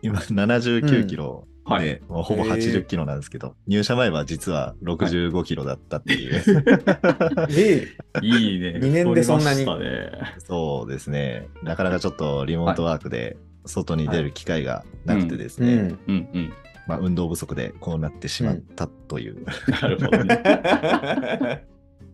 Speaker 3: 今79キロ
Speaker 1: はい。
Speaker 3: で、もうほぼ
Speaker 2: へー
Speaker 3: 80キロなんですけど、入社前は実は65キロだったっていう。
Speaker 2: え
Speaker 1: いいね。
Speaker 2: 二年でそんなに
Speaker 1: 太りましたね
Speaker 3: <laughs> そうですね。なかなかちょっとリモートワークで外に出る機会がなくてです
Speaker 2: う
Speaker 1: <laughs>
Speaker 3: ね、
Speaker 2: ん。
Speaker 1: うんうん。
Speaker 3: まあ、運動不足でこうなってしまったという、
Speaker 1: なるほ
Speaker 2: <laughs>
Speaker 1: どね。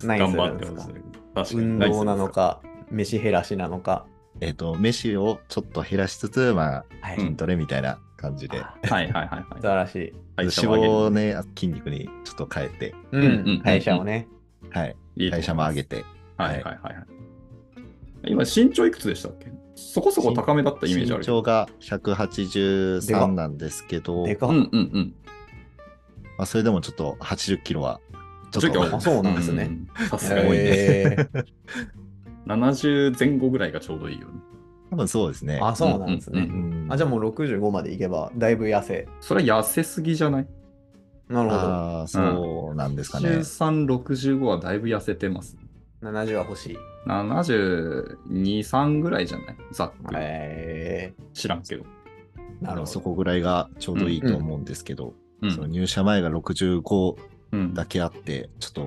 Speaker 2: ナイ
Speaker 1: 頑張
Speaker 2: スな
Speaker 1: っ
Speaker 2: ん
Speaker 1: て
Speaker 2: です
Speaker 1: ま
Speaker 2: か
Speaker 1: すね。確かに。
Speaker 2: 運
Speaker 1: ナイスです
Speaker 2: 動なの。か、飯減らしなのか。
Speaker 3: えっ、と、飯をちょっと減らしつつ、まあ、
Speaker 2: はい。
Speaker 1: うん
Speaker 3: 筋トレみたいな感じで、
Speaker 2: あ
Speaker 1: はいはいはいはい。
Speaker 2: 素晴らしい。 <laughs>
Speaker 1: 代謝
Speaker 3: 脂
Speaker 1: も上げる
Speaker 3: 肪をね、筋肉にちょっと変えて、
Speaker 1: う
Speaker 2: う
Speaker 1: んうん
Speaker 2: ん。会社をね。
Speaker 3: はい、
Speaker 1: いいと思います
Speaker 3: 代謝も上げて、
Speaker 1: はいはいはいはい。今、身長いくつでしたっけそこそこ高めだったイメージある
Speaker 3: 身
Speaker 1: けど。
Speaker 3: 長が183なんですけど、
Speaker 2: で
Speaker 3: ま
Speaker 2: か
Speaker 1: う
Speaker 2: っ
Speaker 1: んうんうん。
Speaker 3: あ、それでもちょっと80キロは、ちょ
Speaker 1: ちょ
Speaker 3: っ
Speaker 1: っと
Speaker 3: と、
Speaker 2: あそうなんですね。
Speaker 1: さすが
Speaker 3: ごい
Speaker 1: に
Speaker 3: ね
Speaker 2: へ
Speaker 1: <laughs>
Speaker 2: ー
Speaker 1: 70前後ぐらいがちょうどいいよね。
Speaker 3: 多分そうですね。
Speaker 2: あ、そうなんです
Speaker 1: うんう
Speaker 2: ね
Speaker 1: ん。
Speaker 3: うん
Speaker 2: あ、じゃあもう65までいけば、だいぶ痩せ。
Speaker 1: それは痩せすぎじゃない
Speaker 2: なるほど。
Speaker 3: あーそうなんですかね。
Speaker 1: ?13、65はだいぶ痩せてます。
Speaker 2: 70は欲しい。
Speaker 1: 72、3ぐらいじゃないざっくり。
Speaker 2: え
Speaker 1: 知らんけど。
Speaker 2: ー、なるほ
Speaker 3: そ
Speaker 2: ど。
Speaker 3: こぐらいがちょうどいいと思うんですけど、
Speaker 1: う
Speaker 3: その
Speaker 1: ん。
Speaker 3: 入社前が65
Speaker 1: うん
Speaker 3: だけあって、ちょっと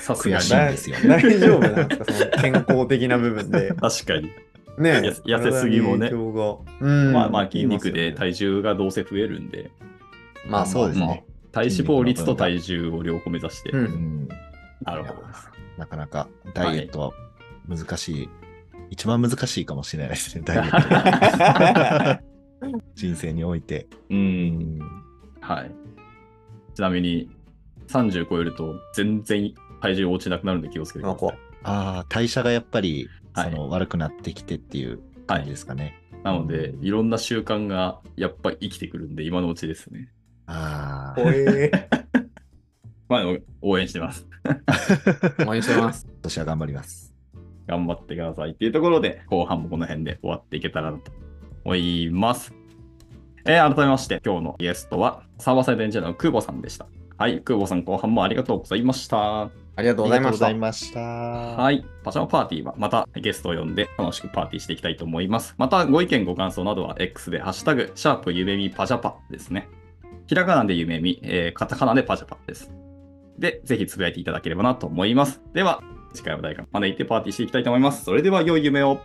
Speaker 1: さすが
Speaker 3: 悔
Speaker 1: に
Speaker 3: しい。んですよね。
Speaker 2: 大丈夫なんですかその健康的な部分で。
Speaker 1: 確かに。
Speaker 2: ね
Speaker 1: や痩せすぎもね
Speaker 2: 体に影響がうん
Speaker 1: まあまあ筋肉で
Speaker 2: 言い
Speaker 1: 体重がどうせ増えるんで、
Speaker 2: ま
Speaker 3: あそうですね。
Speaker 1: 体脂肪率と体重を両方目指して。
Speaker 2: うん <laughs>
Speaker 3: うん
Speaker 1: なるほど。
Speaker 3: なかなかダイエットは難しい,、一番難しいかもしれないですね、ダイエット。
Speaker 2: ますよね
Speaker 3: 人生において。
Speaker 1: う。
Speaker 3: うんん
Speaker 1: はい。ちなみに、30超えると全然体重落ちなくなるんで気をつけてく
Speaker 2: なん
Speaker 1: だ
Speaker 2: か
Speaker 1: さい。
Speaker 3: ああ、代謝がやっぱり、
Speaker 1: はい
Speaker 3: その悪くなってきてっていう
Speaker 1: は
Speaker 3: 感じ
Speaker 1: い
Speaker 3: で。すかね。
Speaker 1: なので、いろんな習慣がやっぱ生きてくるんで、今のうちですね。
Speaker 3: ああ、
Speaker 2: おえ
Speaker 1: まあ、でも応援してます。 <laughs>
Speaker 2: ー。応援してます。
Speaker 3: 私は頑張ります。
Speaker 1: 頑張ってくださいっていうところで、後半もこの辺で終わっていけたらなと思います。えー改めまして、今日のゲストは、サーバーサイドエンジニアの久保さんでした。はい、久保さん、後半もありがとうございました。
Speaker 2: ありがとうございました
Speaker 3: あり。がとうございました。は。
Speaker 1: はいい。パジャマパーティーはまたゲストを呼んで楽しくパーティーしていきたいと思います。またご意見ご感想などは X でハッシュタグ、シャープ夢見パジャパですね。ひらがなで夢見、えーカタカナでパジャパです。で、ぜひつぶやいていただければなと思います。では、次回も誰か招いてパーティーしていきたいと思います。それでは良い夢を。